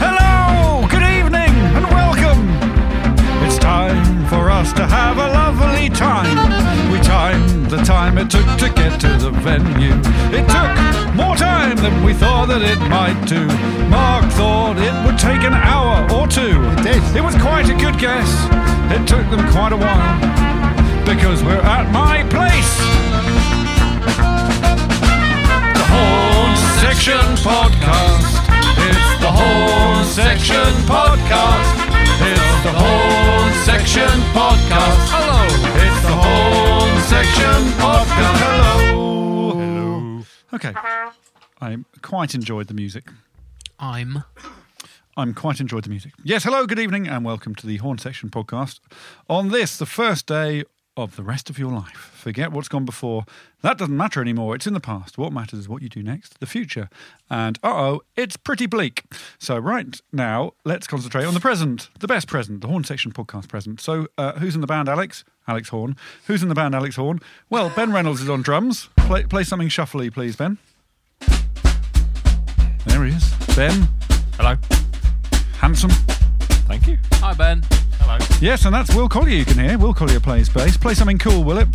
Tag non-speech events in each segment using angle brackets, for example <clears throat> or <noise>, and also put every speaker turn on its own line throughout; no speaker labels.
Hello, good evening, and welcome. It's time for us to have a lovely time. We timed the time it took to get to the venue. It took more time than we thought that it might do. Mark thought it would take an hour or two. It did. It was quite a good guess. It took them quite a while because we're at my place. The Horn Section Podcast. It's the Horn Section Podcast. It's the Horn Section Podcast. Hello. It's the Horn Section Podcast. Hello. Hello. Okay. I quite enjoyed the music.
I'm.
I'm quite enjoyed the music. Yes, hello, good evening, and welcome to the Horn Section podcast. On this, the first day of the rest of your life. Forget what's gone before. That doesn't matter anymore. It's in the past. What matters is what you do next, the future. And uh oh, it's pretty bleak. So, right now, let's concentrate on the present, the best present, the Horn Section podcast present. So, uh, who's in the band, Alex? Alex Horn. Who's in the band, Alex Horn? Well, Ben Reynolds is on drums. Play, play something shuffly, please, Ben. There he is. Ben,
Hello.
handsome.
Thank you.
Hi, Ben.
Hello.
Yes, and that's Will Collier you can hear. Will Collier plays bass. Play something cool, Willip.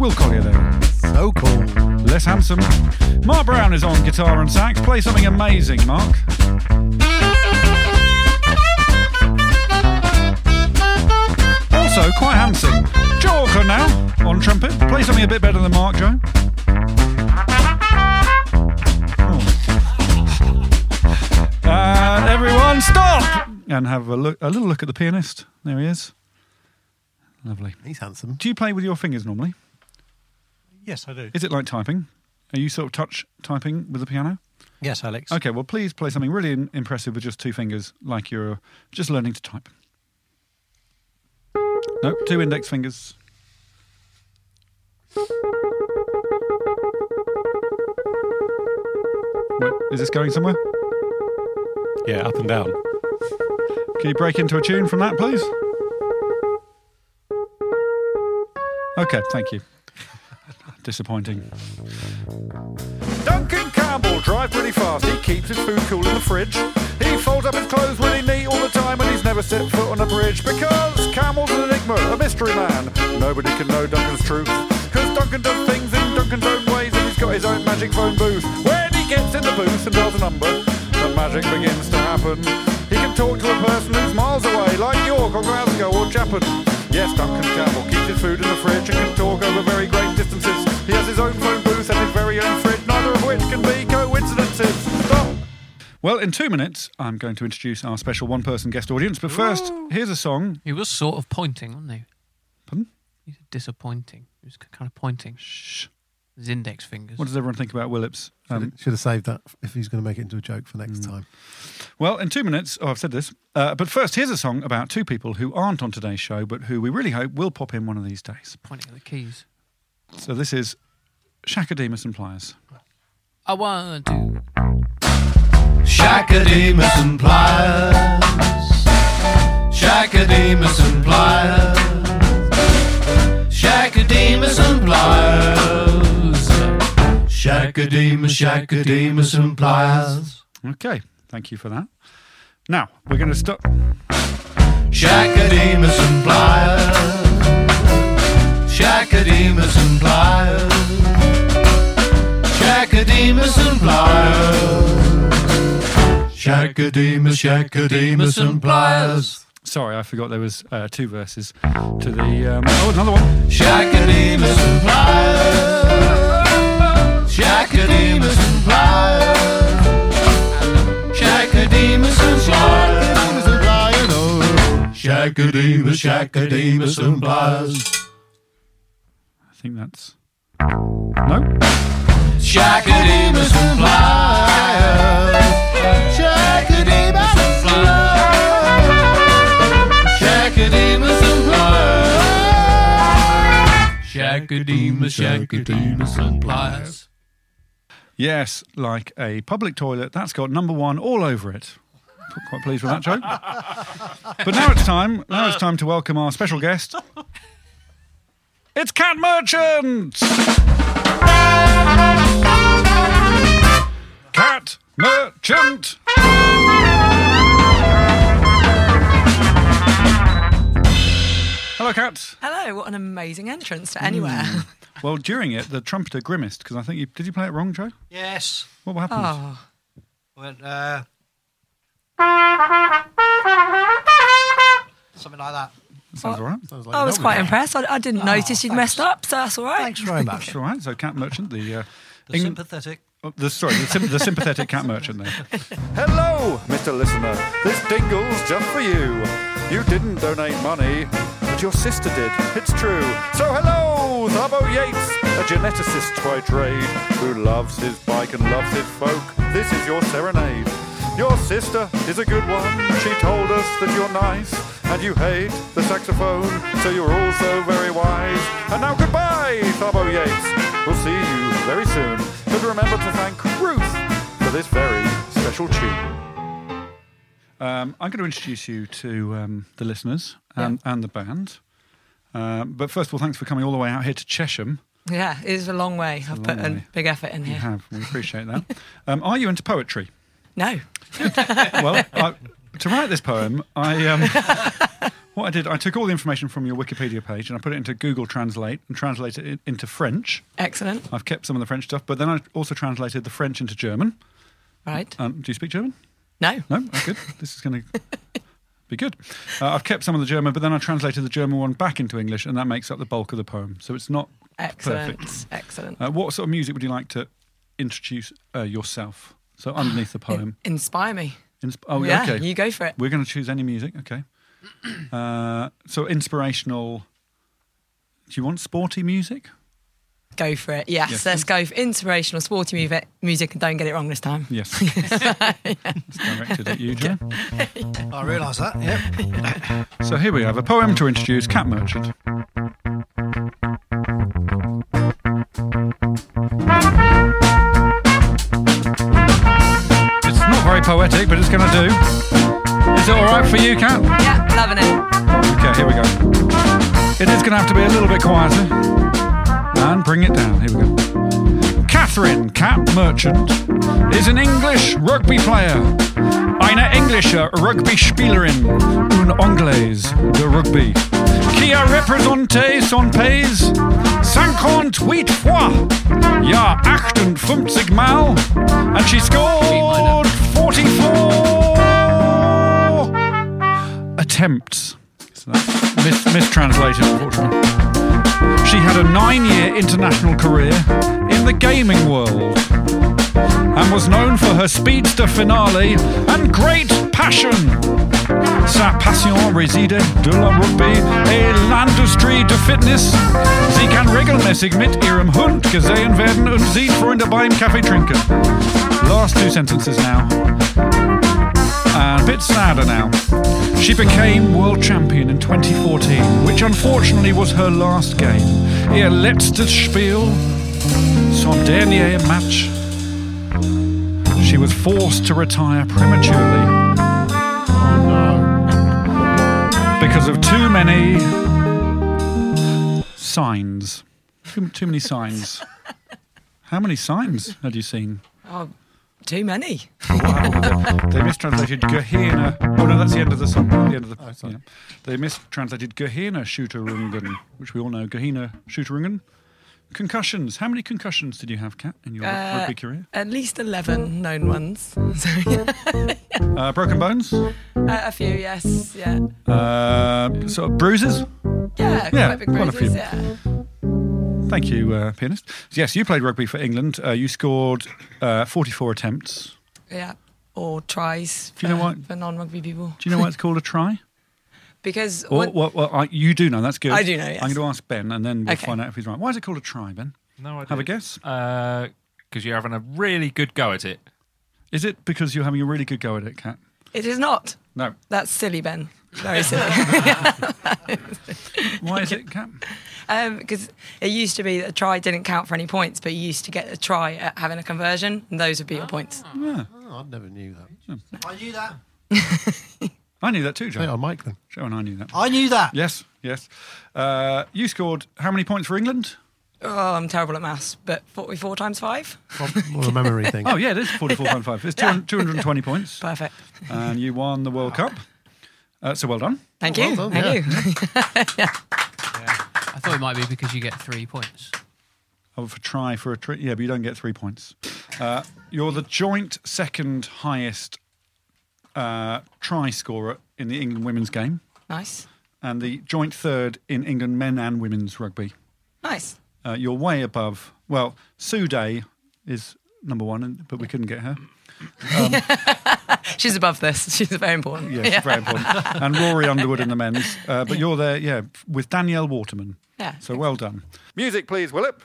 Will Collier there.
So cool.
Less handsome. Mark Brown is on guitar and sax. Play something amazing, Mark. Also, quite handsome. Joe Auckland now on trumpet. Play something a bit better than Mark, Joe. And everyone, stop! And have a look, a little look at the pianist. There he is. Lovely.
He's handsome.
Do you play with your fingers normally?
Yes, I do.
Is it like typing? Are you sort of touch typing with the piano?
Yes, Alex.
Oh,
Okay, well, please play something really in- impressive with just two fingers, like you're uh, just learning to type. Nope, two index fingers. Wait, is this going somewhere?
Yeah, up and down.
Can you break into a tune from that, please? Okay, thank you. <laughs> Disappointing. Duncan Campbell drives really fast. He keeps his food cool in the fridge. He folds up his clothes really neat all the time, and he's never set foot on a bridge because Campbell's an enigma, a mystery man. Nobody can know Duncan's truth because Duncan does things in Duncan's own ways, and he's got his own magic phone booth. When he gets in the booth and dials a number, the magic begins to happen. He can talk to a person who's miles away, like York or Glasgow or Japan. Yes, Duncan Campbell keeps his food in the fridge and can talk over very great distances. He has his own phone booth and his very own fridge, neither of which can be coincidences. Stop! Well, in two minutes, I'm going to introduce our special one person guest audience, but first, here's a song.
He was sort of pointing, wasn't he?
Pardon?
He was disappointing. He was kind of pointing. Shh. His index fingers.
What does everyone think about Willips? Um, Hmm.
Should have saved that if he's going to make it into a joke for next time.
Well, in two minutes, oh, I've said this. Uh, but first, here's a song about two people who aren't on today's show, but who we really hope will pop in one of these days.
Pointing at the keys.
So this is Shakademus and Pliers.
I want to.
Shakademus and Pliers. Shakademus and Pliers. Shakademus and Pliers. Shakademus, Shakademus and Pliers. Okay, thank you for that. Now, we're going to stop. Shakademus and Pliers. Shakademus and Pliers. Shakademus and Pliers. Shakademus, Shakademus and Pliers. Sorry, I forgot there was uh, two verses to the. Um, oh, another one. Shakademus and Pliers. Shakademus and Pliers. Shakademus and Pliers.
Shakademus, Shakademus and Blaz.
I think that's. No?
Shakademus and Blaz. Shakademus and Blaz. Shakademus and Blaz. Shakademus, Shakademus and Blaz.
Yes, like a public toilet. That's got number one all over it. Quite pleased with that joke. but now it's time. Now it's time to welcome our special guest. It's Cat Merchant. Cat Merchant. Hello, Hmm. Cat.
Hello, what an amazing entrance to anywhere.
Well, during it, the trumpeter grimaced because I think you did. You play it wrong, Joe.
Yes.
What happened?
Oh,
Went, uh, something like that.
Sounds all right.
I was quite impressed. I, I didn't
Ah,
notice you'd messed up, so that's all right.
Thanks very much.
That's all right. So, Cat Merchant, the uh,
The
Eng-
sympathetic.
oh, the sorry, the, sym-
<laughs>
the sympathetic Cat Merchant. There. Hello, Mr. Listener. This dingle's just for you. You didn't donate money, but your sister did. It's true. So, hello, Thabo Yates, a geneticist by trade, who loves his bike and loves his folk. This is your serenade. Your sister is a good one. She told us that you're nice and you hate the saxophone, so you're also very wise. And now goodbye, Thabo Yates. We'll see you very soon. But remember to thank Ruth for this very special tune. Um, I'm going to introduce you to um, the listeners and, and the band. Um, but first of all, thanks for coming all the way out here to Chesham.
Yeah, it is a long way. I've put
long
a
way.
big effort in
You
here.
have. We appreciate that. um, are you into poetry?
No.
<laughs> well, I, to write this poem, I um,
<laughs>
what I did, I took all the information from your Wikipedia page and I put it into Google Translate and translated it into French.
Excellent.
I've kept some of the French stuff, but then I also translated the French into German.
Right.
Um, do you speak German?
No.
No, oh, good. This is going to be good. Uh, I've kept some of the German, but then I translated the German one back into English, and that makes up the bulk of the poem. So it's not
<laughs> Excellent.
perfect.
Excellent.
Uh, what sort of music would you like to introduce uh, yourself? So
<laughs>
underneath the poem.
Inspire me.
Insp- oh,
yeah,
okay.
you go for it.
We're going to choose any music.
<clears throat>
Okay. Uh, so inspirational. Do you want sporty music?
Go for it. Yes,
Yes.
let's go for inspirational, sporty mu- music and don't get it wrong this time. <laughs>
Yes. It's directed at you, Joe.
<laughs> I realise that. Yep.
So here we have a poem to introduce Cat Merchant. It's not very poetic, but it's going to do. Is it all right for you, Cat?
Yeah, loving it.
Okay, here we go. It is going to have to be a little bit quieter. And bring it down. Here we go. Catherine Cat Merchant is an English rugby player. Eine englische Rugby-Spielerin und Anglaise de rugby. Qui a représenté son pays 58 fois. Ja, 58 mal. And she scored 44 attempts. So that's mis- mistranslated, unfortunately. She had a nine year international career in the gaming world and was known for her speedster finale and great passion. Sa passion réside de la rugby et l'industrie de Fitness. Sie kann regelmäßig mit ihrem Hund gesehen werden und sieht Freunde beim Kaffee trinken. Last two sentences now. And a bit sadder now. She became world champion in 2014, which unfortunately was her last game. Ihr letztes Spiel, son dernier match. She was forced to retire prematurely. Oh, Because of too many signs. Too, too many signs. How many signs had you seen?
Oh, Too many.
They mistranslated Gehenna. Oh no, that's the end of the song. The end of the.
sorry.
yeah. They mistranslated Gehenna Shooterungen, which we all know. Gehenna Shooterungen. Concussions. How many concussions did you have, Kat, in your ru-
Uh,
rugby career?
At least 11 known ones. <laughs> So, yeah. <laughs>
Uh, broken bones.
Uh, a few, yes. Yeah.
Uh, sort of bruises.
Yeah,
Yeah,
quite big
quite a
bruises,
few.
yeah.
Thank you, uh, pianist. Yes, you played rugby for England. Uh, you scored uh, 44 attempts.
Yeah. Or tries.
Do you know
for-
what-
For non rugby people.
Do you know why it's called a try?
<laughs> because
Well,
when-
well, well I, you do know. That's good.
I do know, yes.
I'm going to ask Ben, and then we'll
Okay.
find out if he's right. Why is it called a try, Ben?
No idea.
Have a guess.
Because Uh, you're having a really good go at it.
Is it because you're having a really good go at it, Kat?
it is not.
No.
That's silly, Ben.
<laughs>
Very silly.
Why is
<laughs>
it, Kat?
Because Um, it used to be that a try didn't count for any points, but you used to get a try at having a conversion, and those would be your points.
Oh, I never knew that.
Hmm.
I knew that.
I knew that too, Joe.
Hey, I'm Mike then.
Joe and I knew that.
I knew that.
Yes, yes. Uh, you scored how many points for England?
Oh, I'm terrible at maths, but 44 times five?
Prob- More a memory thing.
<laughs> Oh, yeah, it is 44.5. It's 200, 220
<laughs>
points.
Perfect.
And you won the World Cup. Uh, so well done.
Thank
Oh,
you.
well done,
Thank <laughs> you.
I thought it might be because you get three points. <laughs>
Oh, for try for a tri Yeah, but you don't get three points. Uh, you're the joint second highest uh, try scorer in the England women's game
Nice.
and the joint third in England men and women's rugby.
Nice.
Uh, you're way above. Well, Sue Day is number one, and, but we couldn't
<laughs>
get her. Um,
She's above this. <laughs> She's very important.
Yeah, she's very important.
<laughs>
And Rory Underwood in the men's. Uh, but you're there, yeah, with Danielle Waterman.
Yeah.
So well done.
Music, please, Willip.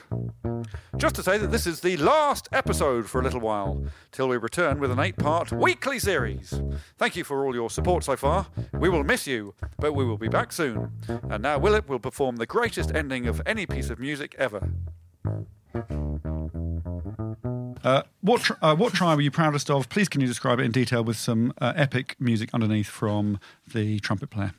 Just to say that this is the last episode for a little while, till we return with an eight part weekly series. Thank you for all your support so far. We will miss you, but we will be back soon. And now Willip will perform the greatest ending of any piece of music ever.
Uh, what tr- uh, what try were you proudest of? Please can you describe it in detail with some uh, epic music underneath from the trumpet player?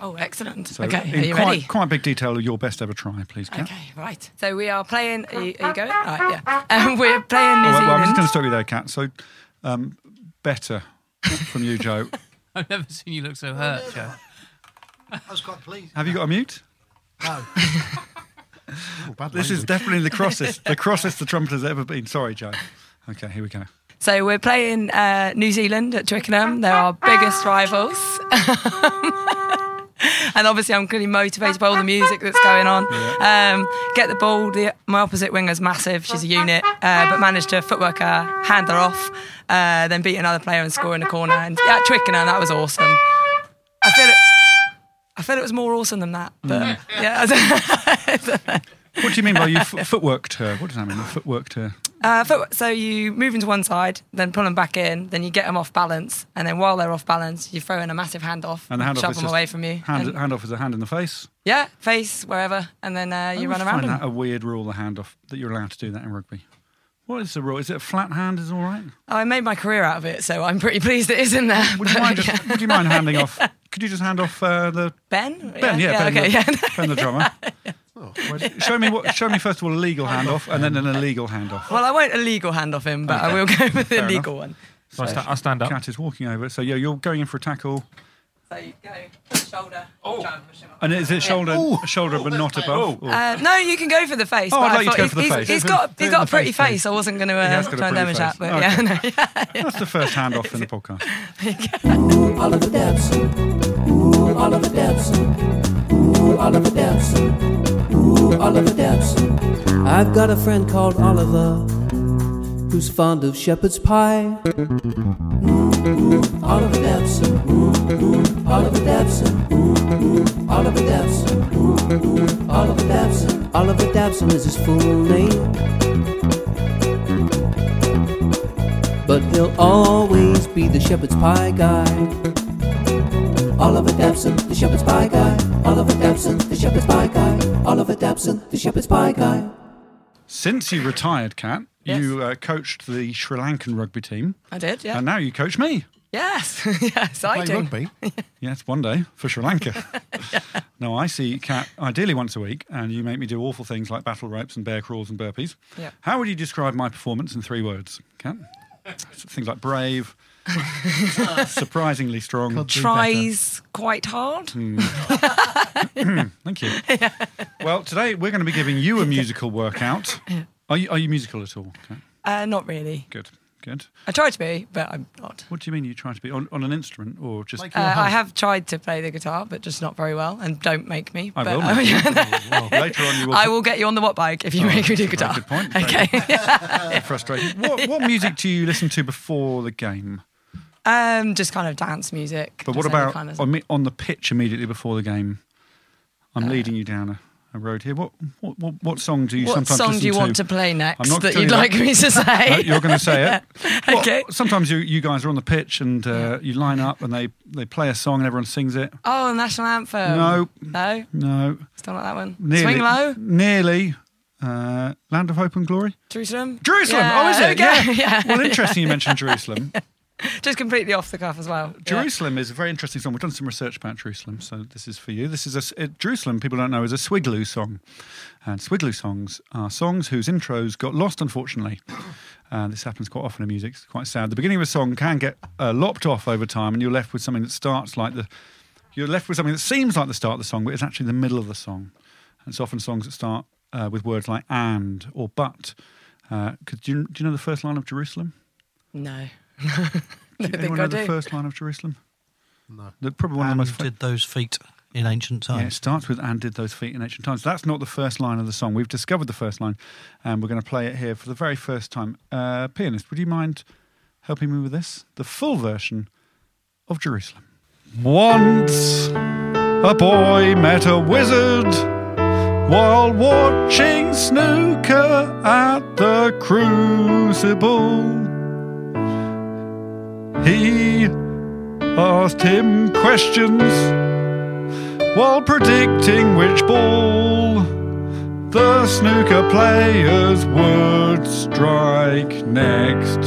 Oh, excellent.
So
okay,
in
are you
quite,
ready?
quite big detail, your best ever try, please. Kat.
Okay, right. So we are playing. Are you, are you going? All right, yeah. Um, we're playing New
Oh, Well, well, I'm
Zealand.
just going to stop you there, Kat. So um, better from
<laughs>
you, Joe.
I've never seen you look so hurt, Joe.
I was quite pleased.
Have you got a mute?
<laughs> No.
Oh, bad
This is
language.
definitely the
<laughs>
<laughs>
crossest, the crossest the trumpet has ever been. Sorry, Joe. Okay, here we go.
So we're playing uh, New Zealand at Twickenham. They're our biggest rivals. <laughs> and obviously, I'm really motivated by all the music that's going on. Um, get the ball. The, my opposite winger's massive. She's a unit, uh, but managed to footwork her, hand her off, uh, then beat another player and score in the corner. And yeah, at Twickenham, that was awesome. I feel it. I feel it was more awesome than that. But yeah.
Mm.
<laughs>
What do you mean by you f- footworked her? What does that mean? You footworked her.
Uh, foot- so you move them to one side, then pull them back in, then you get them off balance, and then while they're off balance, you throw in a massive handoff
And the handoff
shove
is
them
just
away from you.
Hand,
and-
handoff is a hand in the face.
yeah, face wherever, and then uh, you
Oh, I
run
always
around
find
them.
that a weird rule, the handoff, that you're allowed to do that in rugby. What is the rule? Is it a flat hand is all right?
Oh, I made my career out of it, so I'm pretty <laughs> pleased it is in there.
Would you mind, just, would you mind handing
<laughs>
off? Could you just hand off uh, the
Ben?
Ben? Yeah, ben,
okay,
the,
yeah.
<laughs> ben the drummer. Well, Show me what. Show me first of all a legal handoff and then an illegal handoff.
<laughs> Well, I won't illegal hand off him, but I will go with the
enough.
legal one.
So I, sta- I stand up.
Cat is walking over. So yeah, you're going in for a tackle,
So you go push shoulder, oh. try and push him up.
and is it shoulder, shoulder, but not above? Or-
Uh, no, you can go for the face.
Oh,
but
I'd
I
like you to
thought
go
he's-
for the
he's-
face.
He's
Go
got,
for-
he's
go
got a
for the
pretty
face,
face. I wasn't going to
He
uh,
has got a
try and
pretty
damage that,
face.
but
Okay.
yeah, <laughs> no, yeah.
That's the first handoff
<laughs>
in the podcast.
I've got a friend called Oliver who's fond of shepherd's pie. Ooh, Oliver Debson, ooh, ooh, Oliver Debson, ooh, ooh, Oliver Debson, ooh, ooh, Oliver Debson. Oliver Debson is his full name. But he'll always be the shepherd's pie guy. Oliver Debson, the shepherd's pie guy. Oliver Debson, the shepherd's pie guy. Oliver Debson, the shepherd's pie guy.
Since you retired, Kat,
Yes.
you uh, coached the Sri Lankan rugby team,
I did, yeah.
and now you coach me.
Yes, <laughs> yeah,
Play
exciting. <laughs>
rugby.
Yes, one day for Sri Lanka. No, I see Kat ideally once a week, and you make me do awful things like battle ropes and bear crawls and burpees.
Yeah.
How would you describe my performance in three words, Kat? S- things
<laughs>
like brave, surprisingly strong. Hmm.
God, do better.
Tries quite hard. <laughs>
<clears throat> Thank you. Well, today we're going to be giving you a
<laughs>
musical workout. Are you, are you musical at all? Kat?
Uh, not really.
Good, good.
I try to be, but I'm not.
What do you mean you try to be on, on an instrument or just?
Like
Uh,
your
I
house.
have tried to play the guitar, but just not very well. And don't make me.
I
but
will.
I, <laughs>
make it. Oh, Later on, you will.
I will get you on the watt bike if you
Oh,
make me do
that's a
guitar.
very good point. Very
Okay. <laughs>
frustrating. What, what music do you listen to before the game?
Um, just kind of dance music.
But what
just any
about
kind of-
on, me- on the pitch immediately before the game?
Uh,
I'm leading you down a, a road here. What, what what what song do you
What
sometimes
song do
listen
you want to play next that
telling
you'd
you
like me to say?
<laughs> No, you're going to say it.
<laughs> Yeah. Okay.
Sometimes you, you guys are on the pitch and uh, you line up and they, they play a song and everyone sings it.
Oh, the national anthem.
No.
No.
No,
It's not like that one.
nearly
Swing low.
Nearly. Uh, Land of Hope and Glory.
Jerusalem.
Jerusalem.
Yeah,
oh, is
there we
it?
go. <laughs>
Yeah.
yeah.
Well, interesting you mentioned Jerusalem.
<laughs> Just completely off the cuff as well. Yeah.
Jerusalem is a very interesting song. We've done some research about Jerusalem, so this is for you. This is a uh, Jerusalem. People don't know is a Swigloo song, and Swigloo songs are songs whose intros got lost, unfortunately. Uh, this happens quite often in music. It's quite sad. The beginning of a song can get uh, lopped off over time, and you're left with something that starts like the. You're left with something that seems like the start of the song, but it's actually the middle of the song. And it's often songs that start uh, with words like "and" or "but." Uh, could, do, you, do you know the first line of Jerusalem?
No. <laughs>
Do
I
you
think
anyone
I
know the
do.
first line of Jerusalem?
No.
The, probably one of the most.
did those feet in ancient
Yeah, it
times.
starts with "and did those feet in ancient times." That's not the first line of the song. We've discovered the first line, and we're going to play it here for the very first time. Uh, pianist, would you mind helping me with this? The full version of Jerusalem. Once a boy met a wizard while watching snooker at the crucible. He asked him questions while predicting which ball the snooker players would strike next.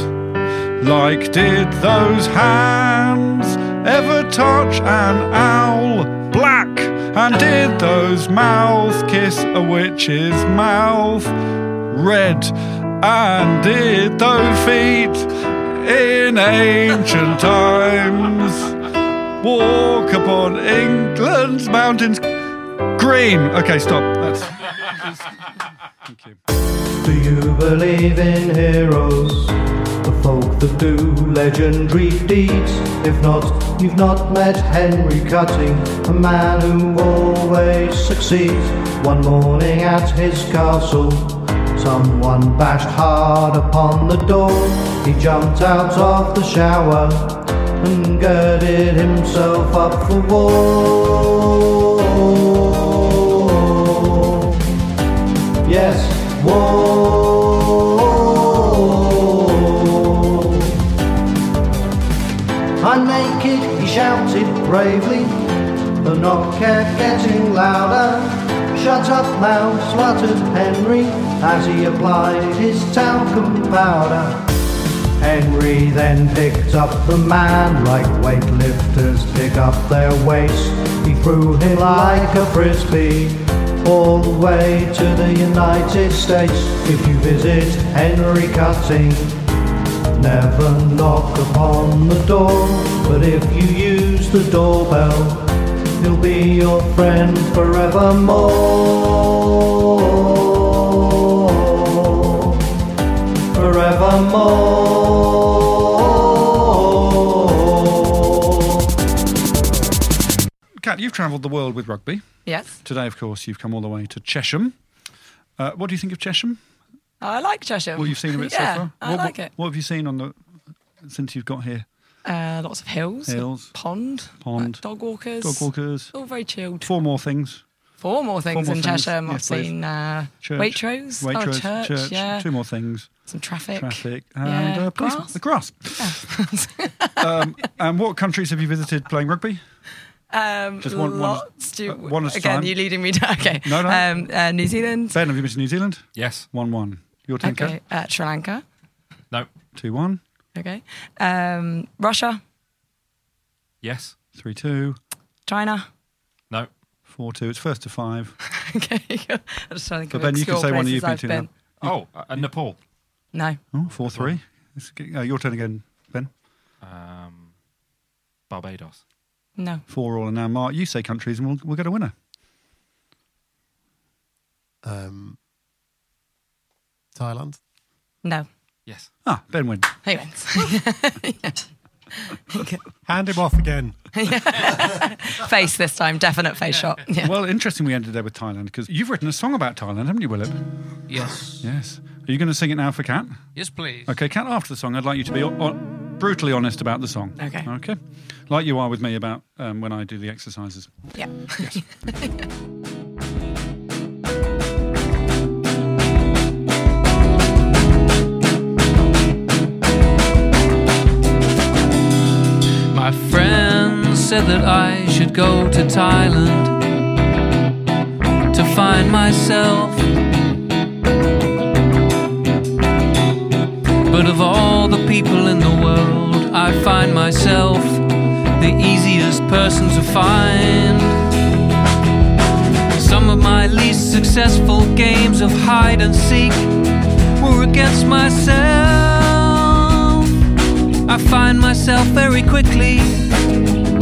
Like, did those hands ever touch an owl black? And did those mouths kiss a witch's mouth red? And did those feet in ancient times? Walk upon England's mountains. Green. Okay, stop. That's. Thank you.
Do you believe in heroes? The folk that do legendary deeds? If not, you've not met Henry Cutting, a man who always succeeds. One morning at his castle, someone bashed hard upon the door. He jumped out of the shower and girded himself up for war. Yes, war. I'm naked, he shouted bravely, the knock kept getting louder. Shut up now, spluttered Henry, as he applied his talcum powder. Henry then picked up the man like weightlifters pick up their weights. He threw him like a frisbee all the way to the United States. If you visit Henry Cutting, never knock upon the door. But if you use the doorbell, he'll be your friend forevermore forevermore.
Kat, you've travelled the world with rugby.
Yes.
Today, of course, you've come all the way to Chesham. Uh, what do you think of Chesham?
I like Cheshire.
Well, you've seen a bit
yeah,
so far.
I
what,
like
what,
it.
What have you seen on the since you've got here?
Uh, lots of hills.
Hills.
Pond.
Pond.
like dog walkers.
Dog walkers.
All very chilled.
Four more things.
Four more things
more
in
things.
Cheshire. I've
Yes, please.
seen uh,
Church.
Waitrose.
Waitrose.
Oh, church. Yeah.
Two more things.
Some traffic.
Traffic.
<laughs>
And
Yeah.
uh, policemen.
Grass.
The grass. um, and what countries have you visited playing rugby?
Um,
Just one- one-
lots to-
uh, one at a
again,
time.
you're leading me <laughs> down. Okay.
No, no.
Um, uh, New Zealand.
Ben, have you been to New Zealand?
Yes.
1 1. Your team,
Okay. Uh, Sri Lanka.
No.
2 1.
Okay. Um, Russia.
Yes.
3 2.
China.
No.
4 2. It's first to five.
okay. I'm <laughs> just trying to think
But
of
Ben, you can
obscure
say one that
places
you've been
I've
to.
been.
Oh, uh, and Nepal.
No.
now. Oh, 4 3. It's getting- uh, your turn again, Ben.
Um, Barbados.
No.
4 all. And now, Mark, you say countries and we'll, we'll get a winner.
Um, Thailand.
No.
Yes.
Ah, Ben wins.
He <laughs> wins. <laughs>
Hand him off again.
face this time. Definite face shot. Yeah.
Well, interesting we ended there with Thailand because you've written a song about Thailand, haven't you, Willip?
Yes.
Yes. Are you going to sing it now for Cat?
Yes, please.
Okay, Cat, after the song, I'd like you to be on. on brutally honest about the song.
Okay.
Okay. Like you are with me about um, when I do the exercises.
Yeah.
My friend said that I should go to Thailand to find myself. But of all the people in the world, I find myself the easiest person to find. Some of my least successful games of hide and seek were against myself. I find myself very quickly,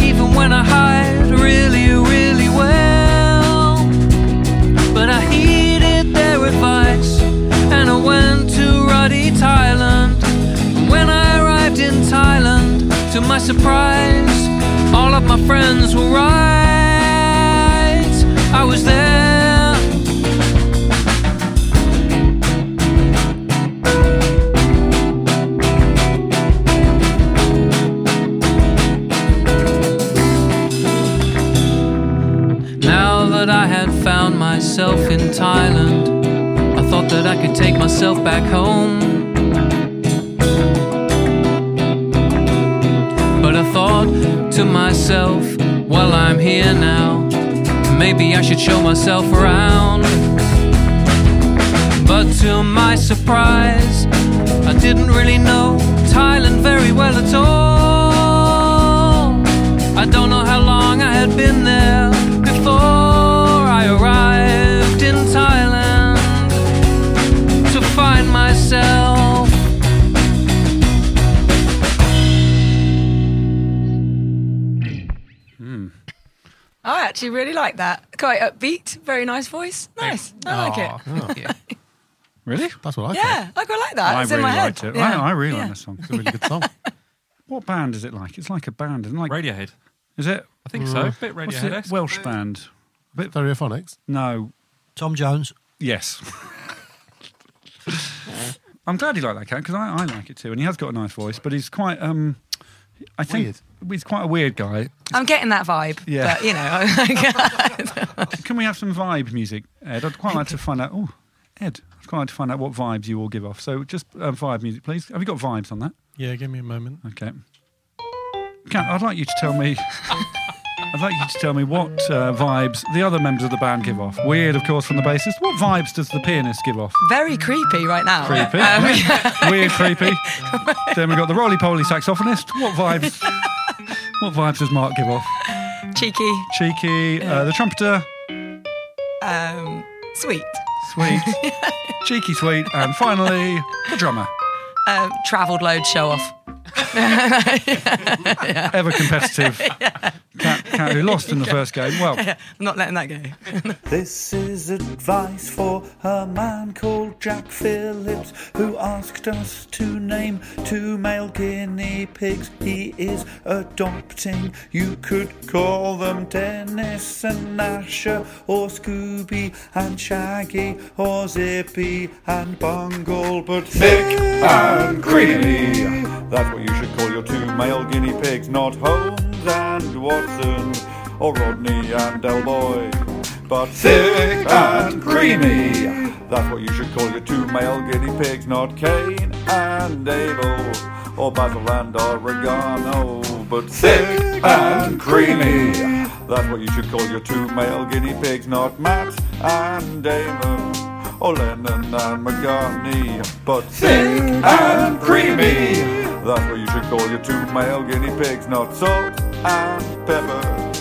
even when I hide really, really well. But I heeded their advice and I went to ruddy Thailand. And When I arrived in Thailand, to my surprise, all of my friends were right. I was there. Now that I had found myself in Thailand, I thought that I could take myself back home. But I thought to myself, well, I'm here now. Maybe I should show myself around. But to my surprise, I didn't really know Thailand very well at all. I don't know how long I had been there before I arrived in Thailand to find myself.
I actually really like that. Quite upbeat, very nice voice. Nice. I like it.
Really? That's what Ah, I
yeah, I quite like that.
I
it's
really
in my head.
liked it.
Yeah.
I, I really like
Yeah.
this song. It's a really good song. What band is it like? It's like a band, isn't it? Like
Radiohead.
Is it?
I think so. Bit
What's
Radiohead-esque.
it? Welsh band. A bit Stereophonics. No.
Tom Jones.
Yes. <laughs> I'm glad you like that cat because I, I like it too, and he has got a nice voice, but he's quite. um I think he's quite a weird guy.
<laughs> I'm getting that vibe.
Yeah.
But, you know, I'm like, <laughs>
<laughs> Can we have some vibe music, Ed? I'd quite like to find out. Oh, Ed, I'd quite like to find out what vibes you all give off. So just uh, vibe music, please. Have you got vibes on that?
Yeah, give me a moment.
Okay. Cat, I'd like you to tell me. I'd like you to tell me what uh, vibes the other members of the band give off. Weird, of course, from the bassist. What vibes does the pianist give off?
very creepy right now.
Creepy.
Um,
Weird, creepy. then we've got the roly poly saxophonist. What vibes? what vibes does Mark give off?
<laughs> cheeky.
Cheeky. Uh, the trumpeter.
Um, sweet.
Sweet.
<laughs>
Cheeky, sweet. And finally, the drummer.
Um, Travelled load show off.
<laughs> Ever
<laughs>
competitive. Cat, cat who lost in the first game. Well,
I'm not letting that go.
This is advice for a man called Jack Phillips who asked us to name two male guinea pigs he is adopting. You could call them Dennis and Asher, or Scooby and Shaggy, or Zippy and Bungle, but thick
and creamy.
That's what you should call your two male guinea pigs, not Holmes and Watson, or Rodney and Delboy. But thick and creamy. That's what you should call your two male guinea pigs, not Cain and Abel, or Basil and Oregano. But thick and creamy. That's what you should call your two male guinea pigs, not Matt and Damon. Or Lennon and McCartney, but thick and creamy. That's what you should call your two male guinea pigs, not salt and pepper.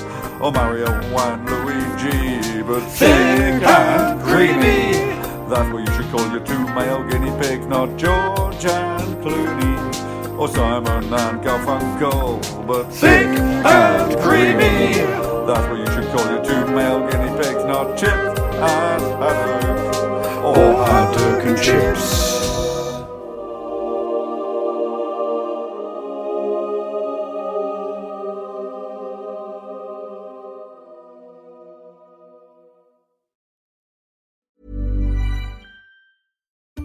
Or Oh, Mario and Luigi, but thick and creamy. That's what you should call your two male guinea pigs, not George and Clooney. Or Simon and Garfunkel, but thick and creamy. That's what you should call your two male guinea pigs, not Chip and Oh, Haddock. Or Haddock and Chips.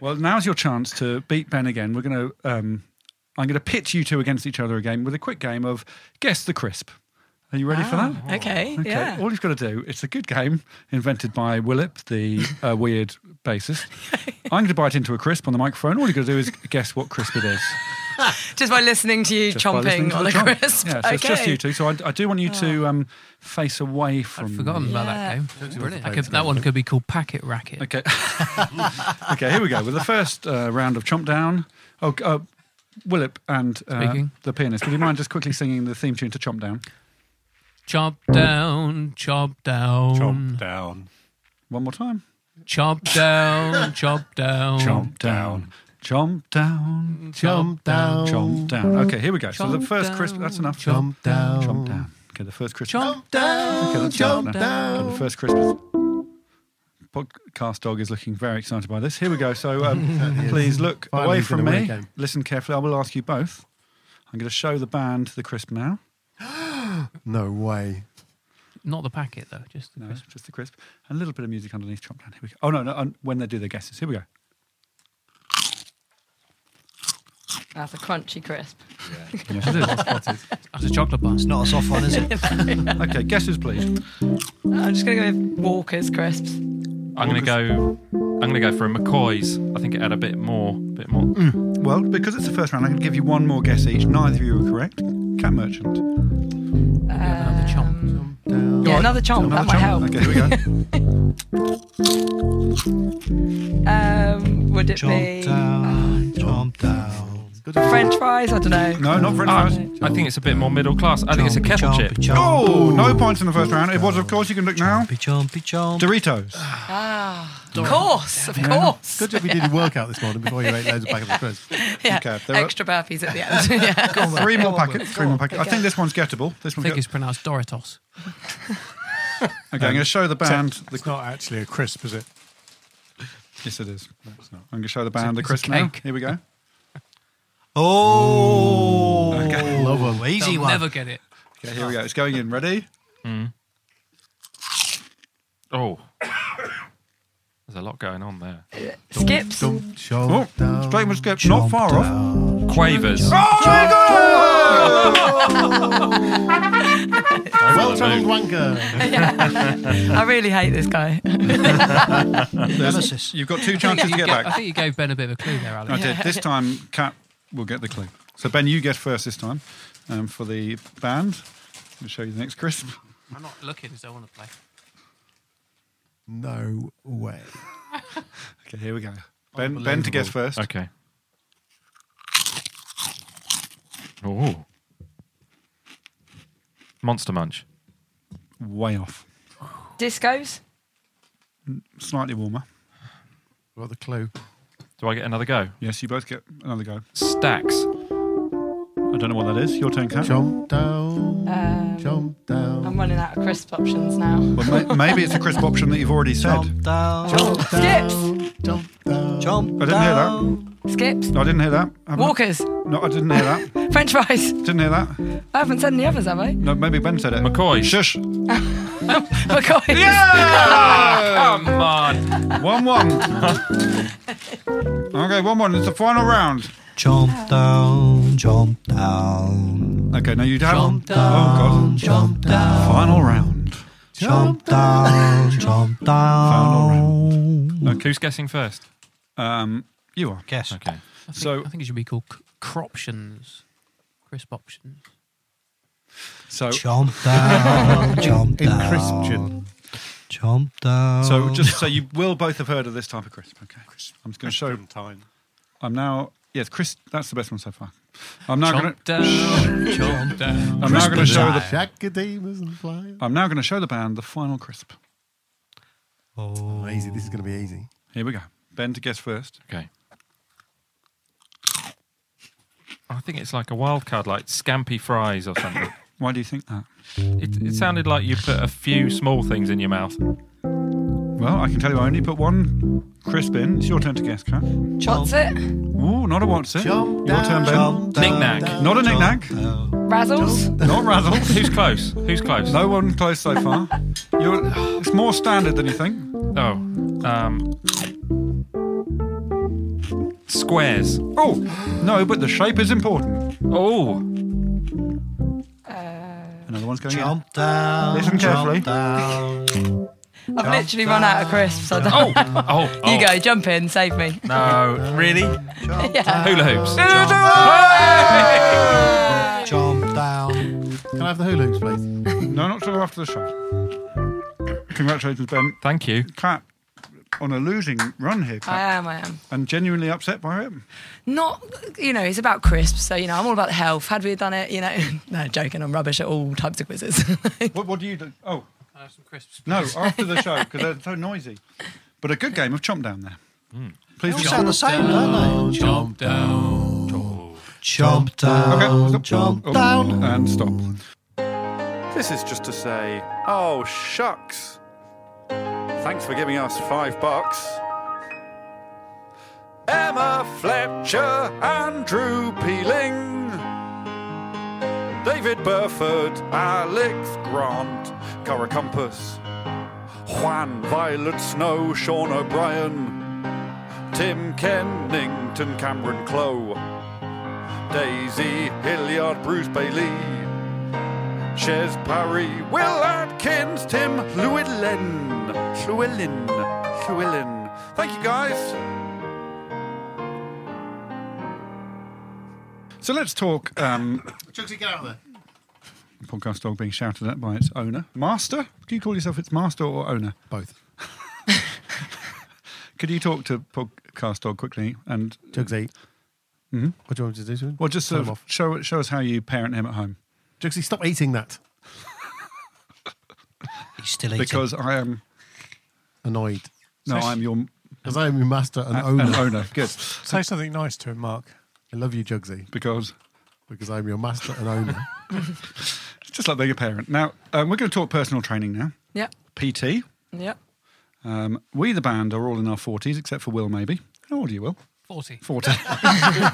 Well, now's your chance to beat Ben again. We're going to. Um, I'm going to pit you two against each other again with a quick game of guess the crisp. Are you ready for
Ah,
that?
okay, yeah.
All you've got to do. It's a good game invented by Willip, the uh, weird
<laughs>
bassist. I'm going to bite into a crisp on the microphone. All you've got to do is guess what crisp it is.
Just by listening to you
Just by listening
chomping
to
on the
chomp.
crisp.
Yeah, so
okay. Ah.
it's just you two. So I, I do want you to um, face away from. I'd
forgotten about that game. Looks brilliant. I could, that one could be called Packet Racket.
Okay. <laughs> okay, here we go with the first uh, round of Chomp Down. Oh, uh, Willip and uh,
Speaking.
the pianist, would you mind just quickly singing the theme tune to Chomp Down?
Chop down, chop down.
Chomp down. One more time.
Chop down, chop down.
Chomp down. Chomp down.
Chomp down.
Chomp down. Okay, here we go. so the
Chomp
first crisp. That's enough.
Chomp down.
Chomp down. Okay, the first crisp.
Chomp down,
Okay, that's enough
chomp
now.
down.
Okay, the first crisp. Podcast dog is looking very excited by this. Here we go.
<laughs>
So um,
Yes.
please look
Finally
away
he's
from
gonna win
me.
again.
Listen carefully. I will ask you both. I'm going to show the band the
<gasps>
crisp now.
No way.
Not the packet, though, just the
No,
crisp.
just the crisp. And a little bit of music underneath Chomp Down. Here we go. Oh, no, no. um, When they do their guesses. Here we go.
That's a crunchy crisp.
Yes, it is.
That's a chocolate bar. It's
not a soft
one, is <laughs> it?
okay, guesses, please.
I'm just going to go with Walker's crisps.
I'm going to go. I'm going to go for a McCoy's. I think it had a bit more. Bit more.
Mm. Well, because it's the first round, I'm going to give you one more guess each. Neither of you are correct. Cat Merchant.
another chomp. Yeah, another chomp. That might help.
Okay, here we
<laughs>
go.
Um, would it be French fries? I don't know.
No, not French fries.
Ah, I think it's a bit more middle class. I think it's a kettle chip.
Oh, no points in the first round. It was, of course, you can look now. Doritos.
Ah, of course, of course.
Good job you did
<laughs>
your workout this morning before you ate loads of packets of crisps.
Yeah,
Okay, there are-
extra <laughs> burpees at the end. <laughs> yeah.
Three more packets. Three more packets. I think this one's gettable. Oh, This
I
one's
think
get-
it's pronounced Doritos.
Okay,
Um,
I'm going to show the band.
It's not actually a crisp, is it?
Yes, it is. I'm going to show the band
It's a-
the
it's a
crisp now.
cake.
Here
<laughs>
we go.
Oh,
Okay.
love 'em. Easy
They'll
one.
never get it.
Okay, here we go. It's going in. Ready?
Hmm. Oh, <coughs> there's a lot going on there.
Skips.
Oh, straight with skip. Not far off.
Quavers.
Well told
<laughs>
wanker.
I really hate this
<laughs>
guy.
Nemesis. You've got two chances to get
I
back.
think you gave Ben a bit of a clue there, Alex.
I did. This time, Cat will get the clue. So, Ben, you guess first this time um, for the band. I'll show you the next crisp.
I'm not looking, so I want to play.
No way.
<laughs> Okay, here we go. Ben, ben to guess first.
Okay. Oh. Monster Munch.
Way off.
Discos.
Slightly warmer.
What the clue?
Do I get another go?
Yes, you both get another go.
Stacks.
I don't know what that is. Your turn, Cat.
Jump down.
Um,
Jump down.
I'm running out of crisp options now.
Well, ma- maybe it's a crisp option that you've already said.
down.
Skips.
I didn't hear that.
<laughs> Skips.
No, I didn't hear that. Haven't I?
Walkers.
No, I didn't hear
<laughs>
that.
French fries.
Didn't hear that.
I haven't said any others, have I?
No, maybe Ben said it. McCoy.
<laughs>
Shush.
McCoy's.
<laughs>
Come on. <laughs> One one. okay, one one. It's the final round.
Jump down. Jump down.
Oh, Okay, now you haven't.
Down.
Final round.
Jump down, jump down.
Look, who's guessing first?
Um, you are.
Guess.
Okay.
I think,
So-
I think it should be called c- croptions, crisp options.
So <laughs>
Jump down, jump
In
down.
Christian.
Jump down.
So just so you will both have heard of this type of crisp. Okay. I'm just going to show time. I'm now yes, crisp. That's the best one so far. I'm now going
Chomp
<laughs>
down, chomp down.
I'm now going to
Crisp
show
and
the.
Shackademus and flyers.
I'm now going to show the band the final crisp.
Oh,
easy. This is going to be easy.
Here we go. Ben to guess first.
Okay. I think it's like a wild card, like scampy fries or something.
<coughs> Why do you think that?
It, it sounded like you put a few small things in your mouth.
Well, I can tell you, I only put one crisp in. It's your turn to guess, Kat.
What's it?
Ooh, not a what's it?
Jump
your turn, Ben.
jump down, Knick-knack. down,
Not a knick knack.
Razzles?
Not razzles.
<laughs> Who's close? Who's close?
No one close so far. You're, it's more standard than you think.
Oh, um, squares.
Oh, no, but the shape is important.
Oh.
Another one's going
Jump down.
Listen carefully.
Jump down.
I've literally run out of crisps. I don't
oh,
<laughs> oh, You go, jump in, save me.
No, really?
yeah.
Hula hoops.
Jump down. Can I have the hula hoops, please?
No, not till after the show. Congratulations, Ben.
Thank you.
Kat, on a losing run here,
I
Kat.
am, I am.
And genuinely upset by it.
<laughs> Not, you know, it's about crisps, so, you know, I'm all about the health. Had we done it, you know, <laughs> no, joking, I'm rubbish at all types of quizzes. <laughs>
what, what do you do? Oh.
I have some crisps.
No, after the show,
<laughs>
because they're so noisy. But a good game of chomp down there.
They
Hmm.
Please
all
be-
sound the same, don't they?
Jump down. Jump down.
Okay, stop.
Jump
Oh,
down.
And stop. This is just to say, oh, shucks. Thanks for giving us five bucks. Emma Fletcher and Drew Peeling. David Burford, Alex Grant, Cara Compass, Juan Violet Snow, Sean O'Brien, Tim Kennington, Cameron Clow, Daisy Hilliard, Bruce Bailey, Chez Parry, Will Atkins, Tim Llewellyn, Llewellyn, Llewellyn. Thank you guys. So let's talk um,
Chucksy, get out of there.
podcast dog being shouted at by its owner. Master? Do you call yourself its master or owner? Both. <laughs> Could you talk to podcast dog quickly and
Jugsy?
Mhm.
What do you want me to do to him?
Well, just
Turn
sort
him
of show show us how you parent him at home.
Jugsy, stop eating that.
<laughs> He's still eating.
Because I am
Annoyed.
no,
Say-
I'm your Uh,
Because I am your master and
an
owner.
owner. Good.
Say something nice to him, Mark. I love you, Jugsy.
Because?
Because I'm your master and owner.
It's just like being a parent. Now um, we're going to talk personal training now.
Yep,
PT.
yep.
Um, we the band are all in our forties except for Will. Maybe how old are you, Will?
40.
40.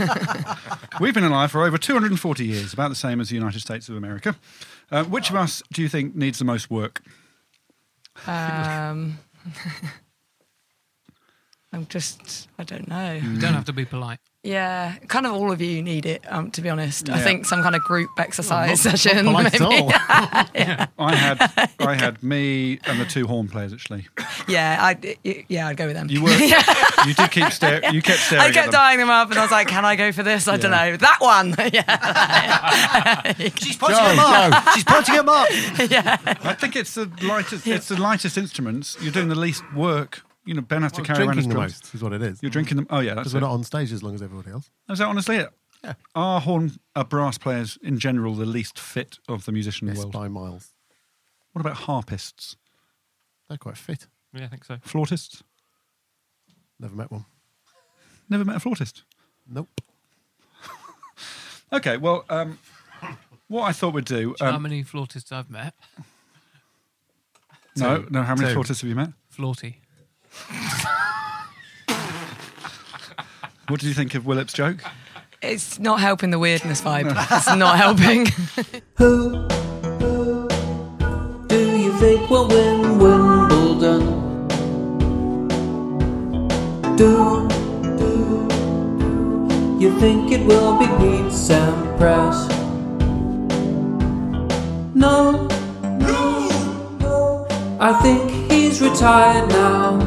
<laughs> We've been alive for over 240 years, about the same as the United States of America. Uh, which of us do you think needs the most work?
Um, <laughs> I'm just, I don't know.
You don't have to be polite.
Yeah, kind of all of you need it, um, to be honest. I
Yeah.
think some kind of group exercise
not- not
session.
polite at
maybe.
all. I had I had me and the two horn players actually.
<laughs> yeah, I, y- yeah, I'd go with them.
You
<laughs>
were
Yeah.
you did
<laughs>
keep staring. You kept staring.
I kept
at them.
eyeing them up and I was like, can I go for this? I don't know. That one. <laughs>
<laughs>
yeah.
She's
pointing at Mark.
She's pointing at Mark.
<laughs> yeah.
I think it's the lightest. It's the lightest instruments. You're doing the least work. You know, Ben has
<laughs>
to
Well,
carry around his
drinking the
drums.
most is what it is.
You're drinking them. Oh yeah, that's
Because
it.
we're not on stage as long as everybody else.
Is that honestly it? Yeah. Are horn are brass players in general the least fit of the musician
Yes,
world?
by miles.
What about harpists?
They're quite fit.
Yeah, I think so.
Flautists?
Never met one.
Never met a flautist.
Nope.
Okay, well, um, what I thought we'd do.
how
Um,
many flautists I've met?
no,
Two.
no. How many
Two.
flautists have you met?
Flaughty.
What did you think of Willip's joke?
<laughs>
It's not helping the weirdness vibe. It's not helping. <laughs>
Who do you think will win Wimbledon? Do, do you think it will be Pete Sampras? No, no, no.
I think he's retired now.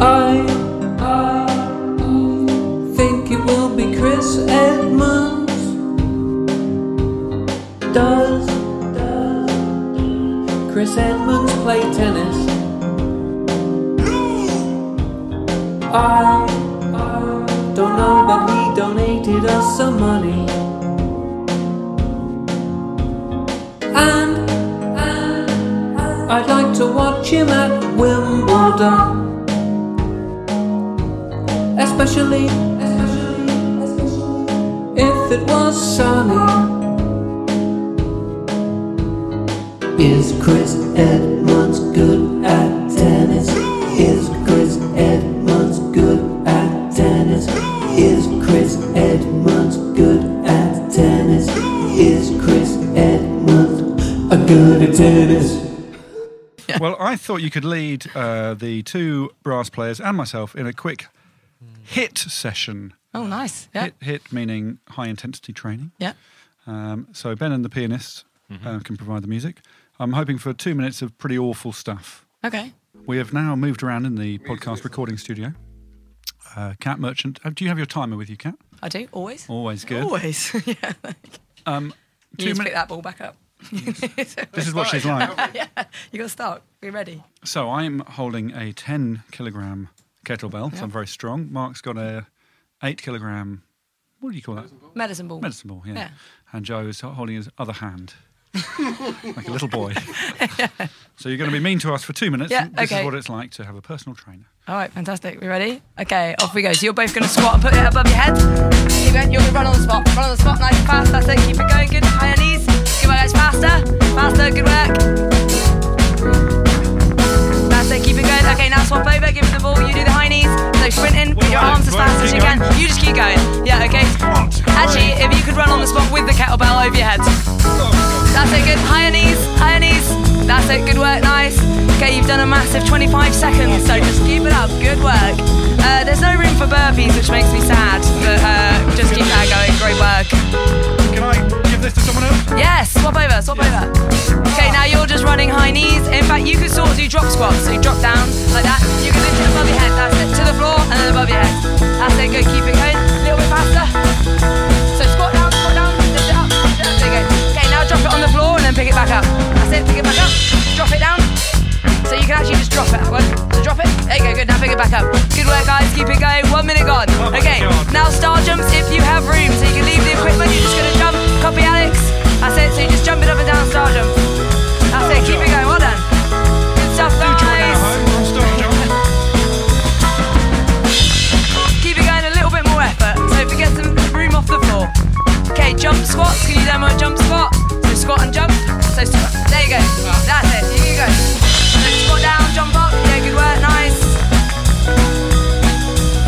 I, I think it will be Chris Edmonds. Does, does Chris Edmonds play tennis? I, I Um, uh, don't know, but he donated us some money. And, and I'd like to watch him at Wimbledon. Especially, especially if it was sunny. Is Chris Edmonds good at tennis? Is Chris Edmonds good at tennis? Is Chris Edmonds good at tennis? Is Chris Edmonds a good at tennis?
Well, I thought you could lead uh, the two brass players and myself in a quick
Hmm.
hit session.
Oh, nice. Yeah.
Hit, hit meaning high intensity training.
Yeah.
Um, so Ben and the pianist uh, can provide the music. I'm hoping for two minutes of pretty awful stuff.
Okay.
We have now moved around in the podcast recording studio. Uh, Cat Merchant, uh, do you have your timer with you, Cat?
I do, always.
Always good.
Always. <laughs> yeah.
Um,
You
two
need to pick
minutes.
that ball back up. <laughs> this
is what she's like.
<laughs> yeah. You got to start. Be ready.
So I'm holding a 10 kilogram kettlebell, so
Yeah.
I'm very strong. Mark's got a 8 kilogram, what do you call that?
Medicine ball.
Medicine ball, yeah. And Joe's holding his
<laughs>
other hand. like a little boy. so you're going to be mean to us for two minutes.
Yeah,
this
okay.
is what it's like to have a personal trainer.
All right, fantastic. We ready? Okay, off we go. So you're both going to squat and put it above your head. Keep going. You're going to run on the spot. Run on the spot, nice and fast. That's it. Keep it going. Good. Higher knees. Good work, guys. Faster. Faster. Good work. That's it. Keep it going. Okay, now swap over. Give it the ball. You do the high knees. So sprinting. Put your arms as fast as you can. You just keep going. Yeah. Okay. Actually, if you could run on the spot with the kettlebell over your head. That's it. Good. Higher knees. Higher knees. That's it. Good work. Nice. Okay, you've done a massive 25 seconds. So just keep it up. Good work. Uh, there's no room for burpees, which makes me sad. But uh, just keep that going. Great work.
Can I give this to someone else?
Yes. Swap over. Swap over. Okay, now you're just running high knees. In fact, you could sort of do drop squats. So you drop down like that. You can lift it above your head. That's it. To the floor and then above your head. That's it. Good. Keep it going. A little bit faster. So squat down, squat down, lift it up. That's it. Good. Okay, now drop it on the floor and then pick it back up. That's it. Pick it back up. Drop it down. So you can actually just drop it. That one. So drop it. There you go. Good. Now pick it back up. Good work, guys. Keep it going. One minute gone. okay. Now star jumps if you have room. So you can leave the equipment. You're just gonna jump. Copy Alex. That's it. So you just jump it up and down. Star jump. That's it. Keep it going. Well done. Good stuff, guys. Keep it going. A little bit more effort. So if we get some room off the floor. Okay. Jump squats. Can you demo a jump squat? So squat and jump. So squat. There you go. That's it. Here you go. And then squat down. Jump up. Yeah. Good work. Nice.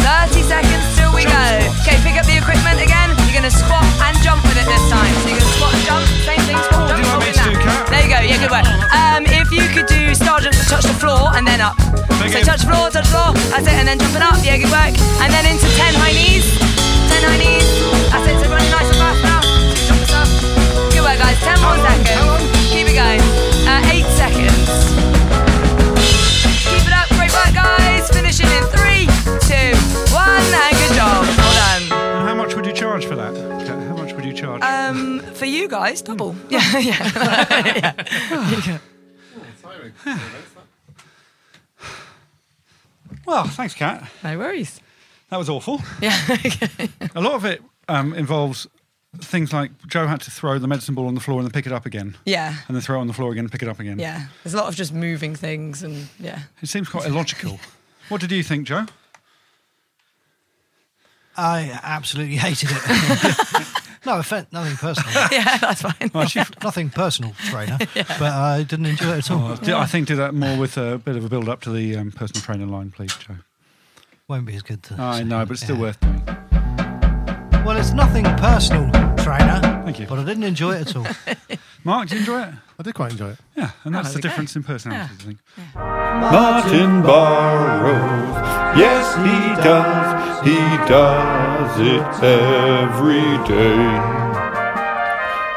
30 seconds till we go. Okay, pick up the equipment again. You're gonna squat and jump with it this time. So you're gonna squat and jump, same thing, squat, jump, jump with that. There you go, yeah, good work. Um, if you could do star jump to touch the floor and then up. So touch floor, touch floor, that's it, and then jumping up, yeah, good work. And then into 10 high knees, 10 high knees, that's it, so run nice and fast now. Jump this up. Good work, guys, 10 more seconds. Keep it going. Uh, 8 seconds. Keep it up, great work, guys. Finishing in three, two, one, and good job. Well done.
And how much would you charge for that? Kat? How much would you charge?
Um, for you guys,
Hmm.
double. <laughs> Yeah,
<laughs>
yeah. yeah.
<sighs> well, thanks, Kat.
No worries.
That was awful.
<laughs>
Yeah. a lot of it um, involves things like Joe had to throw the medicine ball on the floor and then pick it up again.
Yeah.
And then throw it on the floor again and pick it up again.
Yeah. There's a lot of just moving things and yeah.
It seems quite illogical. what did you think, Joe?
I absolutely hated <laughs> it. no offense, nothing <laughs> personal.
yeah, that's fine.
Well, she-
<laughs> nothing personal,
<laughs>
trainer. But I didn't enjoy it at all.
Oh, do- I think do that more with a bit of a build up to the um, personal trainer line, please, Joe.
Won't be as good. To
I know, but it's still
yeah.
worth doing.
Well, it's nothing personal, trainer.
Thank you.
But I didn't enjoy it at all.
<laughs> Mark, did you enjoy it?
I did quite enjoy it.
Yeah, and that's
Oh,
the
okay.
difference in personality, I think.
Martin Burrows. Yes, he does. He does it every day.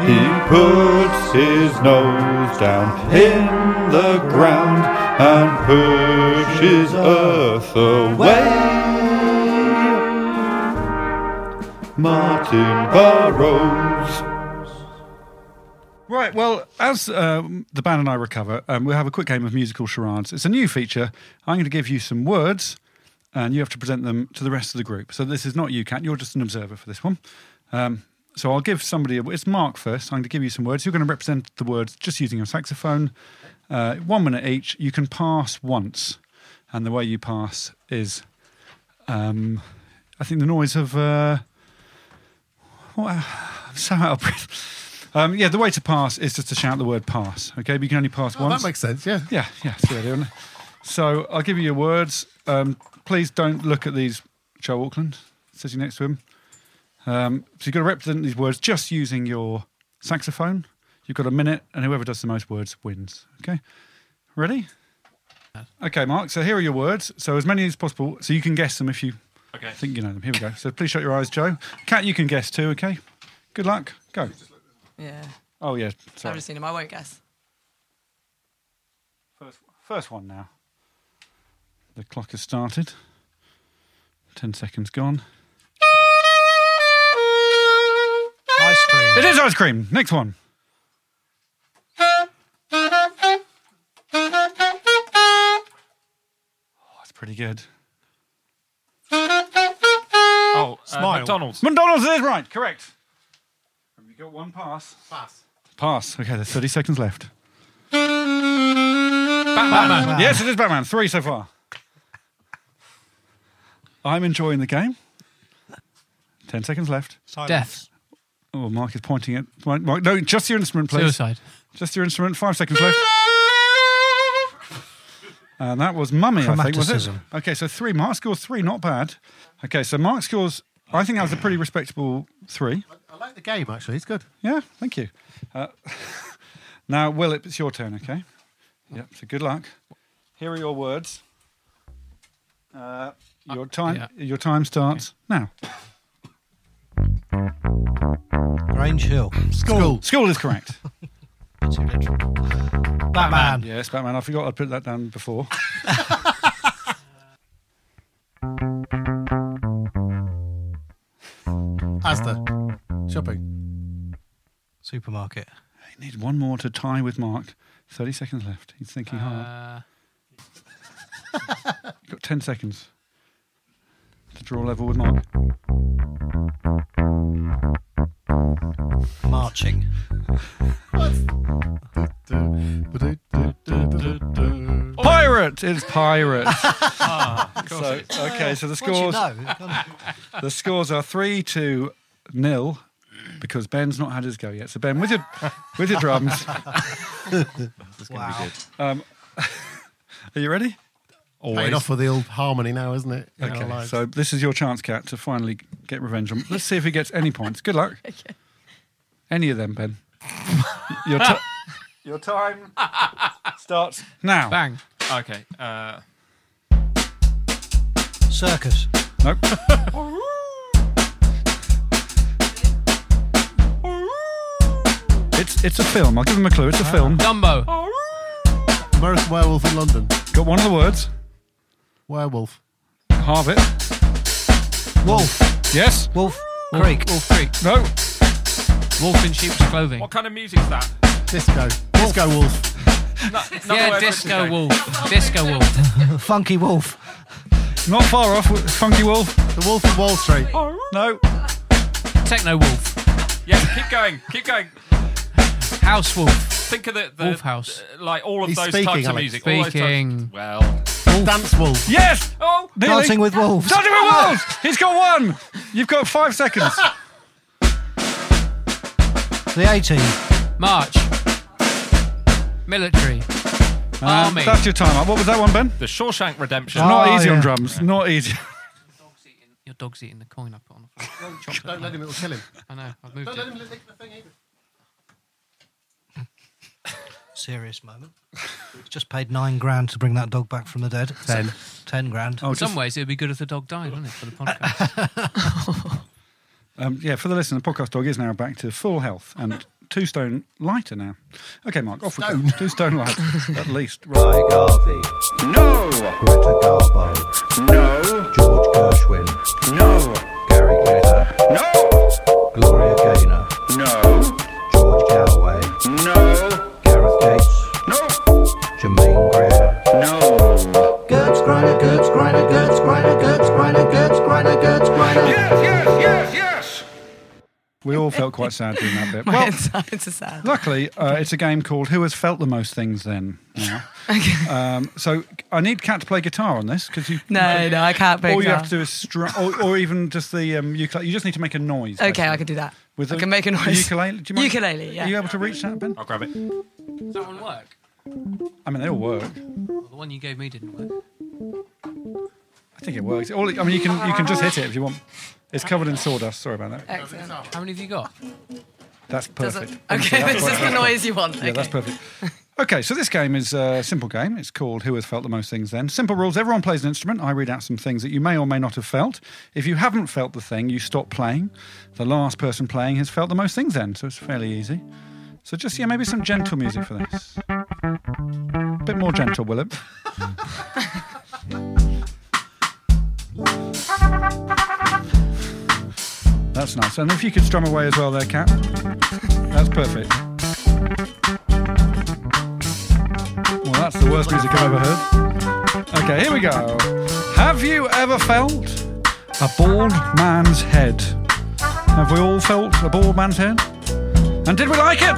He puts his nose down in the ground and pushes earth away. Martin Burrows.
Right. Well, as um, the band and I recover, um, we'll have a quick game of musical charades. It's a new feature. I'm going to give you some words, and you have to present them to the rest of the group. So this is not you, Cat. You're just an observer for this one. Um, so I'll give somebody. A, it's Mark first. I'm going to give you some words. You're going to represent the words just using your saxophone. Uh, one minute each. You can pass once, and the way you pass is, um, I think, the noise of. Uh, well, <sighs> I'm so out of breath. <laughs> Um, yeah, the way to pass is just to shout the word pass. Okay, but you can only pass
Oh,
once.
that makes sense. Yeah.
Yeah, yeah. it's the idea, isn't it? So I'll give you your words. Um, please don't look at these, Joe Auckland, sitting next to him. Um, so you've got to represent these words just using your saxophone. You've got a minute, and whoever does the most words wins. Okay, ready? Okay, Mark. So here are your words. So as many as possible. So you can guess them if you
Okay.
think you know them. Here we go. So please shut your eyes, Joe. Cat, you can guess too. Okay. Good luck. Go.
Yeah.
Oh yeah.
I've
Sorry.
never seen him. I won't guess.
First one now. The clock has started. Ten seconds gone.
Ice cream.
It is ice cream. Next one. That's pretty good.
Oh, uh, Smile. McDonald's.
McDonald's is right. Correct. Have you got one pass? Pass. Pass. Okay, there's 30 seconds left.
Batman.
Yes, it is Batman. Three so far. I'm enjoying the game. Ten seconds left.
Silence. Death.
Oh, Mark is pointing at Mark, Mark, no, just your instrument, please.
Suicide.
Just your instrument. Five seconds left. Uh, And that was Mummy, I think, was it?
Chromaticism.
Okay, so three. Mark scores three, not bad. Okay, so Mark scores, I think that was a pretty respectable three.
I like the game, actually. It's good.
Yeah, thank you. Uh, <laughs> now, Will, it's your turn, okay? Yep, so good luck. Here are your words. Uh, your time Your time starts now.
Grange Hill.
School. School is correct.
<laughs>
Batman.
Yes, Batman. I forgot I put that down
<laughs>
before.
Asda. Shopping.
Supermarket.
I need one more to tie with Mark. 30 seconds left. He's thinking hard.
Uh,
Uh.
You've got 10 seconds to draw level with Mark.
Marching.
Pirate!
<laughs>
It's pirate.
Ah, of course
so,
it is.
okay, so the
Once you
scores.
know, it comes-
<laughs> the scores are 3 to nil because Ben's not had his go yet. So, Ben, with your, with
<laughs>
your drums.
wow. <laughs>
Um, are you ready?
Paid off with the old harmony now, isn't it? In our
Okay,
lives.
so this is your chance, Cat, to finally get revenge on. Let's see if he gets any points. Good luck. Any of them, Ben. <laughs>
<laughs>
Your, ti- your time starts now.
Bang. Okay. Uh,
Circus.
Nope.
<laughs>
it's it's a film. I'll give him a clue. It's a
Uh,
film.
Dumbo.
American Werewolf in London.
Got one of the words.
Werewolf.
Halve it.
Wolf.
Yes.
Wolf. Creek.
Wolf Creek.
No.
Wolf in sheep's clothing.
what kind of music's
<laughs>
that?
Disco. Disco Wolf.
No, another
Yeah,
word for it,
disco
okay.
wolf. Disco wolf.
<laughs> Funky Wolf.
Not far off. Funky Wolf.
The Wolf of Wall Street.
No.
Techno wolf.
Yeah, keep going. Keep going.
House wolf.
Think of the, the
Wolf house.
the- like all of
He's
those
speaking,
types of
Alex.
music. all those types-
Speaking.
Well.
Dance Wolf.
Yes.
Oh.
Nearly.
Dancing with Wolves.
Dodging with wolves.
<laughs>
He's got one. You've got five seconds.
The 18.
March. Military.
Um,
Army.
That's your time up. What was that one, Ben?
The Shawshank Redemption.
Oh,
Ah,
Not easy on
yeah.
drums. Not easy.
Your dog's eating the coin I put on the floor.
Don't let him, it'll kill him.
I know. I've moved
Don't
it.
let him lick the thing either.
Serious moment. Just paid nine grand to bring that dog back from the dead.
Ten.
Ten grand.
Oh,
In some
just-
ways, it would be good if the dog died, wouldn't it,
<laughs>
for the podcast?
<laughs>
Um, yeah, for the listener, the podcast dog is now back to full health and two stone lighter now. Okay, Mark, off we
Stone.
go. Two stone lighter, at least.
Guy Garvey.
No.
Greta Garbo.
No.
George Gershwin.
No.
Gary Glitter. No. Gloria Gaynor.
No.
George Calway.
No.
Gareth Gates. No. Jermaine Greer.
No.
Gertz Grinder, Gertz Grinder, Gertz Grinder, Gertz Grinder, Gertz Grinder, Gertz Grinder.
We all felt quite sad doing
<laughs>
that bit.
My
Well,
insides are sad.
luckily, uh, it's a game called Who Has Felt the Most Things Then
<laughs>
now. Um, so I need Cat to play guitar on this because you.
No, no, I can't play
All you
guitar.
have to do is strum, or, or even just the um, ukulele. You just need to make a noise.
Okay,
basically.
I can do that.
With
I
the-
can make a
the
noise.
Ukulele. Do you mind?
Ukulele, yeah.
Are you able to reach that, Ben? I'll grab it.
Does that one work?
I mean, they all work.
Well, the one you gave me didn't work.
I think it works. All, I mean, you can you can just hit it if you want. It's covered in sawdust. Sorry about that.
Excellent.
How many have you got?
That's
Does it-
perfect.
<laughs> Okay, this
That's what-
is the
that's what-
noise you want.
Yeah,
okay.
that's perfect. Okay, so this game is a simple game. It's called Who Has Felt the Most Things Then. Simple rules. Everyone plays an instrument. I read out some things that you may or may not have felt. If you haven't felt the thing, you stop playing. The last person playing has felt the most things then, so it's fairly easy. So just, yeah, maybe some gentle music for this. A bit more gentle, will it? That's nice. And if you could strum away as well there, Cat. That's perfect. Well, that's the worst music I've ever heard. Okay, here we go. Have you ever felt a bald man's head? Have we all felt a bald man's head? And did we like it?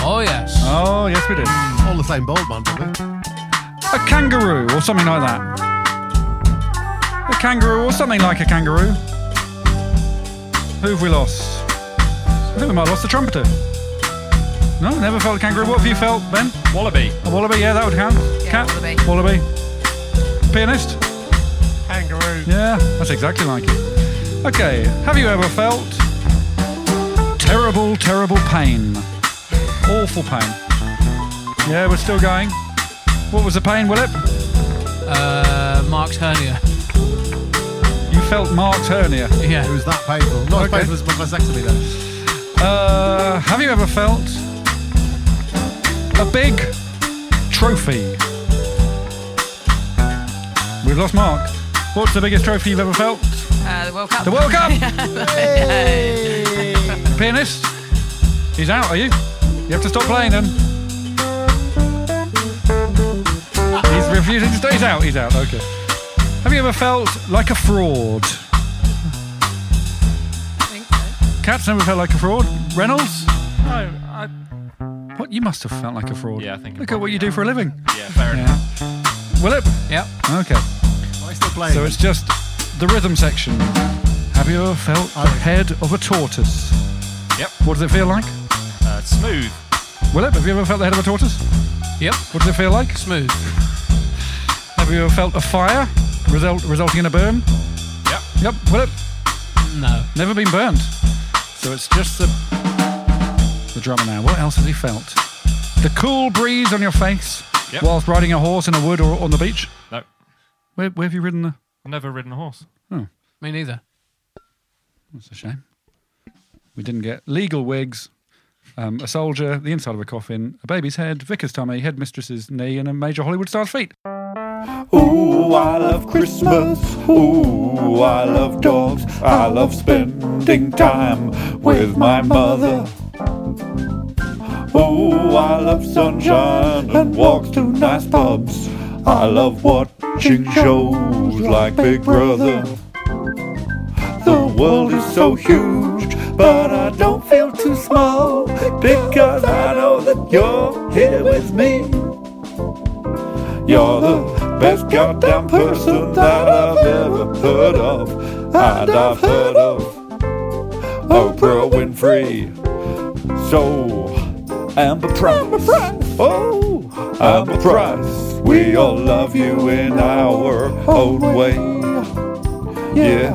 Oh, yes. Mm.
Oh, yes, we did.
All the same bald man, probably.
A kangaroo or something like that. A kangaroo or something like a kangaroo. Who've we lost? I think we might have lost the trumpeter. No, never felt a kangaroo. What have you felt, Ben?
Wallaby.
A wallaby, yeah, that would count. Cat? Wallaby. Pianist? Kangaroo. Yeah, that's exactly like it. Okay, have you ever felt terrible, terrible pain? Awful pain. Yeah, we're still going. What was the pain, Willip?
Uh, Mark's hernia.
You felt Mark's hernia.
Yeah.
It was that painful. Not as painful as my vasectomy, though.
Uh, have you ever felt a big trophy? We've lost Mark. What's the biggest trophy you've ever felt?
Uh, the World Cup.
The
<laughs>
<laughs>
World Cup!
Yay.
Pianist? He's out, are you? You have to stop playing him. He's refusing to stay. He's out, he's out, okay. Have you ever felt like a fraud? Cat's never felt like a fraud. Reynolds?
e-
No, I. What? You must have felt like a fraud. Yeah, I think. Look at what you do for a living.
Yeah, fair enough.
Will it?
Yep.
Okay.
I still playing.
So it's just the rhythm section. Have you ever felt the head of a tortoise?
Yep.
What does it feel like?
Uh, smooth.
Will it? Have you ever felt the head of a tortoise?
Yep.
What does it feel like?
Smooth.
Have you ever felt a fire result, resulting in a burn?
Yep.
Yep. Will it?
No.
Never been burned. So it's just the the drummer now. What else has he felt? The cool breeze on your face
Yep.
whilst riding a horse in a wood or on the beach.
No.
Where, where have you ridden the? Oh.
I've never ridden a horse.
Me neither.
That's a shame. We didn't get legal wigs, um, a soldier, the inside of a coffin, a baby's head, vicar's tummy, headmistress's knee, and a major Hollywood star's feet.
Ooh, I love Christmas. Ooh, I love dogs. I love spending time with my mother. Ooh, I love sunshine and walks to nice pubs. I love watching shows like Big Brother. The world is so huge, but I don't feel too small because I know that you're here with me. You're the best goddamn person that I've ever heard of, and I've heard of Oprah Winfrey. So, Amber Price. Oh, Amber Price. We all love you in our own way. Yeah.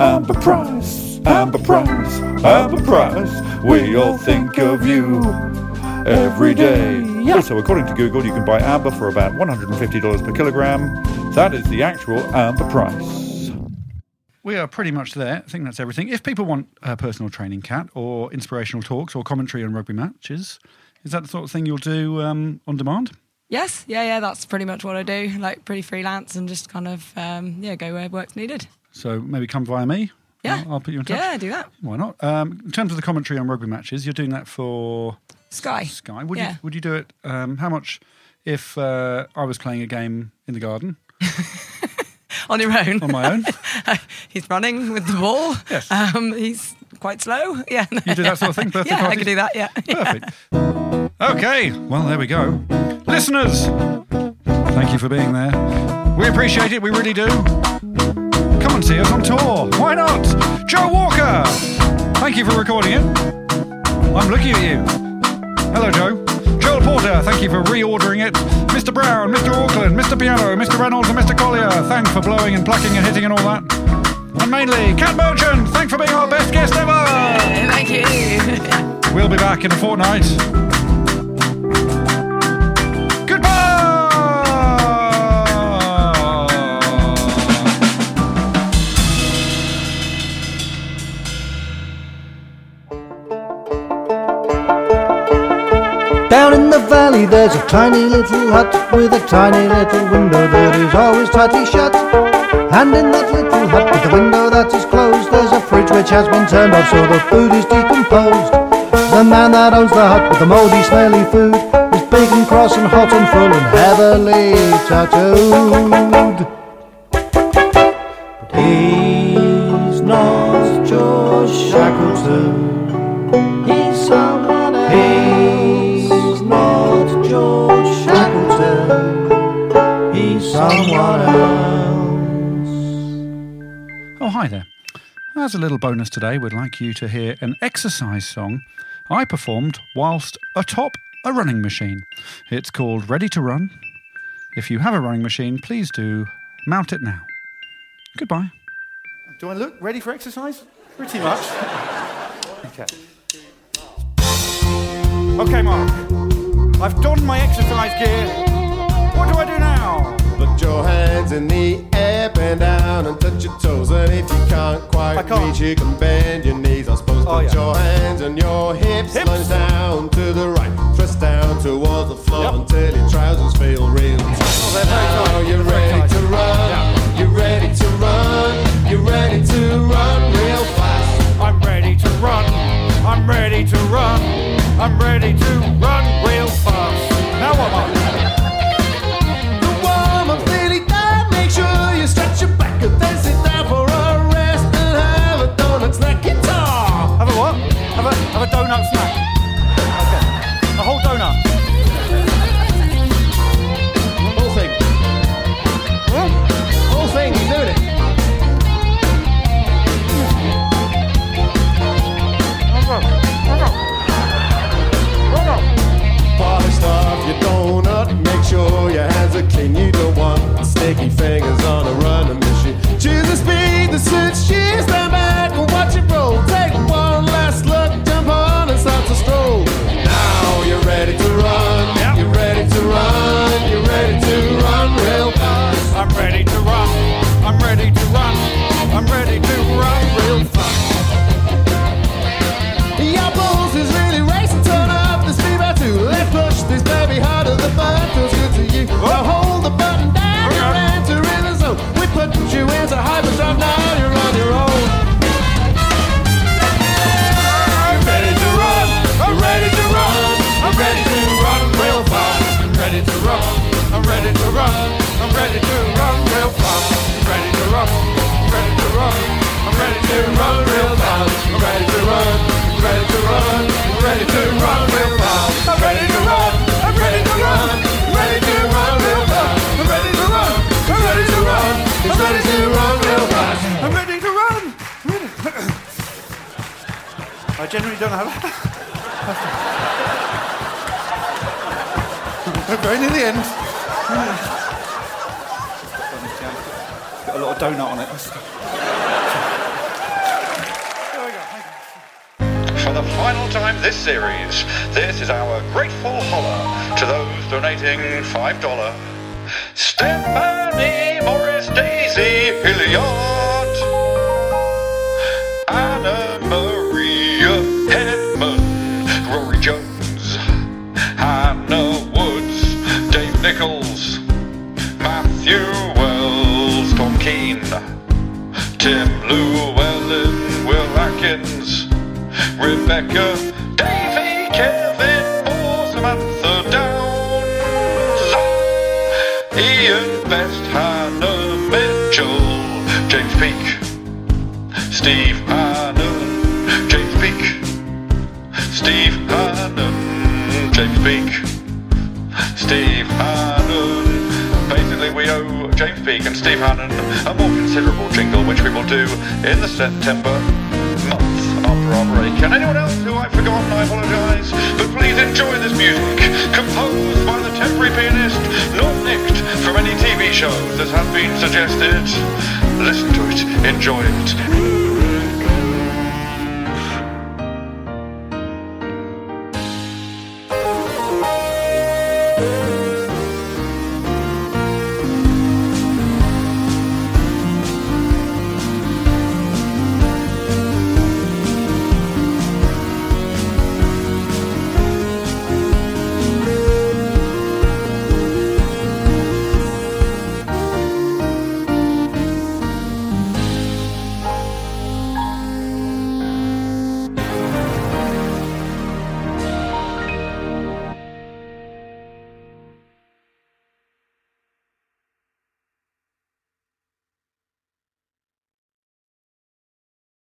Amber Price. Amber Price. Amber Price. We all think of you every day. Also, according to Google, you can buy amber for about $150 per kilogram. That is the actual amber price.
We are pretty much there. I think that's everything. If people want a personal training cat or inspirational talks or commentary on rugby matches, is that the sort of thing you'll do um, on demand?
Yes, yeah, yeah. That's pretty much what I do. Like pretty freelance and just kind of um, yeah, go where work's needed.
So maybe come via me.
Yeah.
I'll, I'll put you in touch.
Yeah, do that.
Why not? Um, in terms of the commentary on rugby matches, you're doing that for
Sky.
Sky. Would
Yeah.
you would you do it? Um, how much if uh, I was playing a game in the garden
<laughs> on your own?
on my own?
He's running with the ball.
Yes.
Um, he's quite slow. <laughs> Yeah.
You do that sort
<laughs>
of thing, birthday
yeah, I
parties?
could do that. Yeah. Perfect.
Okay, well, there we go. Listeners, thank you for being there. We appreciate it, we really do. Come and see us on tour. Why not? Joe Walker, thank you for recording it. I'm looking at you. Hello, Joe. Joel Porter, thank you for reordering it. Mr. Brown, Mr. Auckland, Mr. Piano, Mr. Reynolds, and Mr. Collier, thanks for blowing and plucking and hitting and all that. And mainly, Cat Merchant, thanks for being our best guest ever.
Thank you.
We'll be back in a fortnight.
Down in the valley there's a tiny little hut with a tiny little window that is always tightly shut. And in that little hut with the window that is closed, there's a fridge which has been turned off so the food is decomposed. The man that owns the hut with the moldy, smelly food is big and cross and hot and full and heavily tattooed. But he's not your Shackleton. He's someone else. He's not George Shackleton. He's someone else.
Oh, hi there. As a little bonus today, we'd like you to hear an exercise song I performed whilst atop a running machine. It's called Ready to Run. If you have a running machine, please do mount it now. Goodbye.
Do I look ready for exercise? Pretty much. okay.
Okay, Mark.
I've donned my exercise gear. What do I do now?
Put your hands in the air, bend down and touch your toes. And if you can't quite reach, you can bend your knees. I suppose put your hands on your hips, lunge down to the right, thrust down towards the floor until your trousers feel real tight. now you're ready to run. You're ready to run. You're ready to run real fast.
I'm ready to run. I'm ready to run. I'm ready to run real fast. Now I'm up.
The warm up's nearly done. Make sure you stretch your back and then sit down for a rest and have a donut snack. Guitar.
Have a what? Have a have a donut snack. Okay. A whole donut.
Whole thing. Whole thing. He's doing it. Polish off your donut. Make sure your hands are clean. You don't want sticky fingers on a running machine. Choose a speed that suits you. Stand back and watch it roll. Take one last look. Jump on and start to stroll. Now you're ready to run. You're ready to run. You're ready to run real fast.
I'm ready to run. I'm ready to run. I'm ready to run real fast.
Your pulse is really racing, turn up the speed by two. Let's push this baby harder, the fun feels good to you. Now hold the button down, you're entering the zone. We put you into hyperdrive, now you're on your own. I'm ready to run, I'm ready to run, I'm ready to run real fast. I'm ready to run, I'm ready to run, I'm ready to run real fast. I'm ready to run, I'm ready to run, I'm ready to run real fast. I'm ready to run, I'm ready to run, I'm ready to run real fast. I'm ready to run, I'm ready to run, I'm ready to run real fast. I'm ready to run, I'm ready to run, I'm ready to run real fast.
I'm ready to run. I generally don't have. I'm going to the end. Got a lot of donut on it.
For the final time this series, this is our grateful holler to those donating $5. Stephanie Morris Daisy Hilliard.
Peake, Steve Hannon, James Peake, Steve Hannon, James Peake, Steve Hannon. Basically, we owe James Peake and Steve Hannon a more considerable jingle, which we will do in the September month after our break. And anyone else who I've forgotten, I apologise, but please enjoy this music, composed by the temporary pianist, not nicked from any TV show that has been suggested. Listen to it, enjoy it.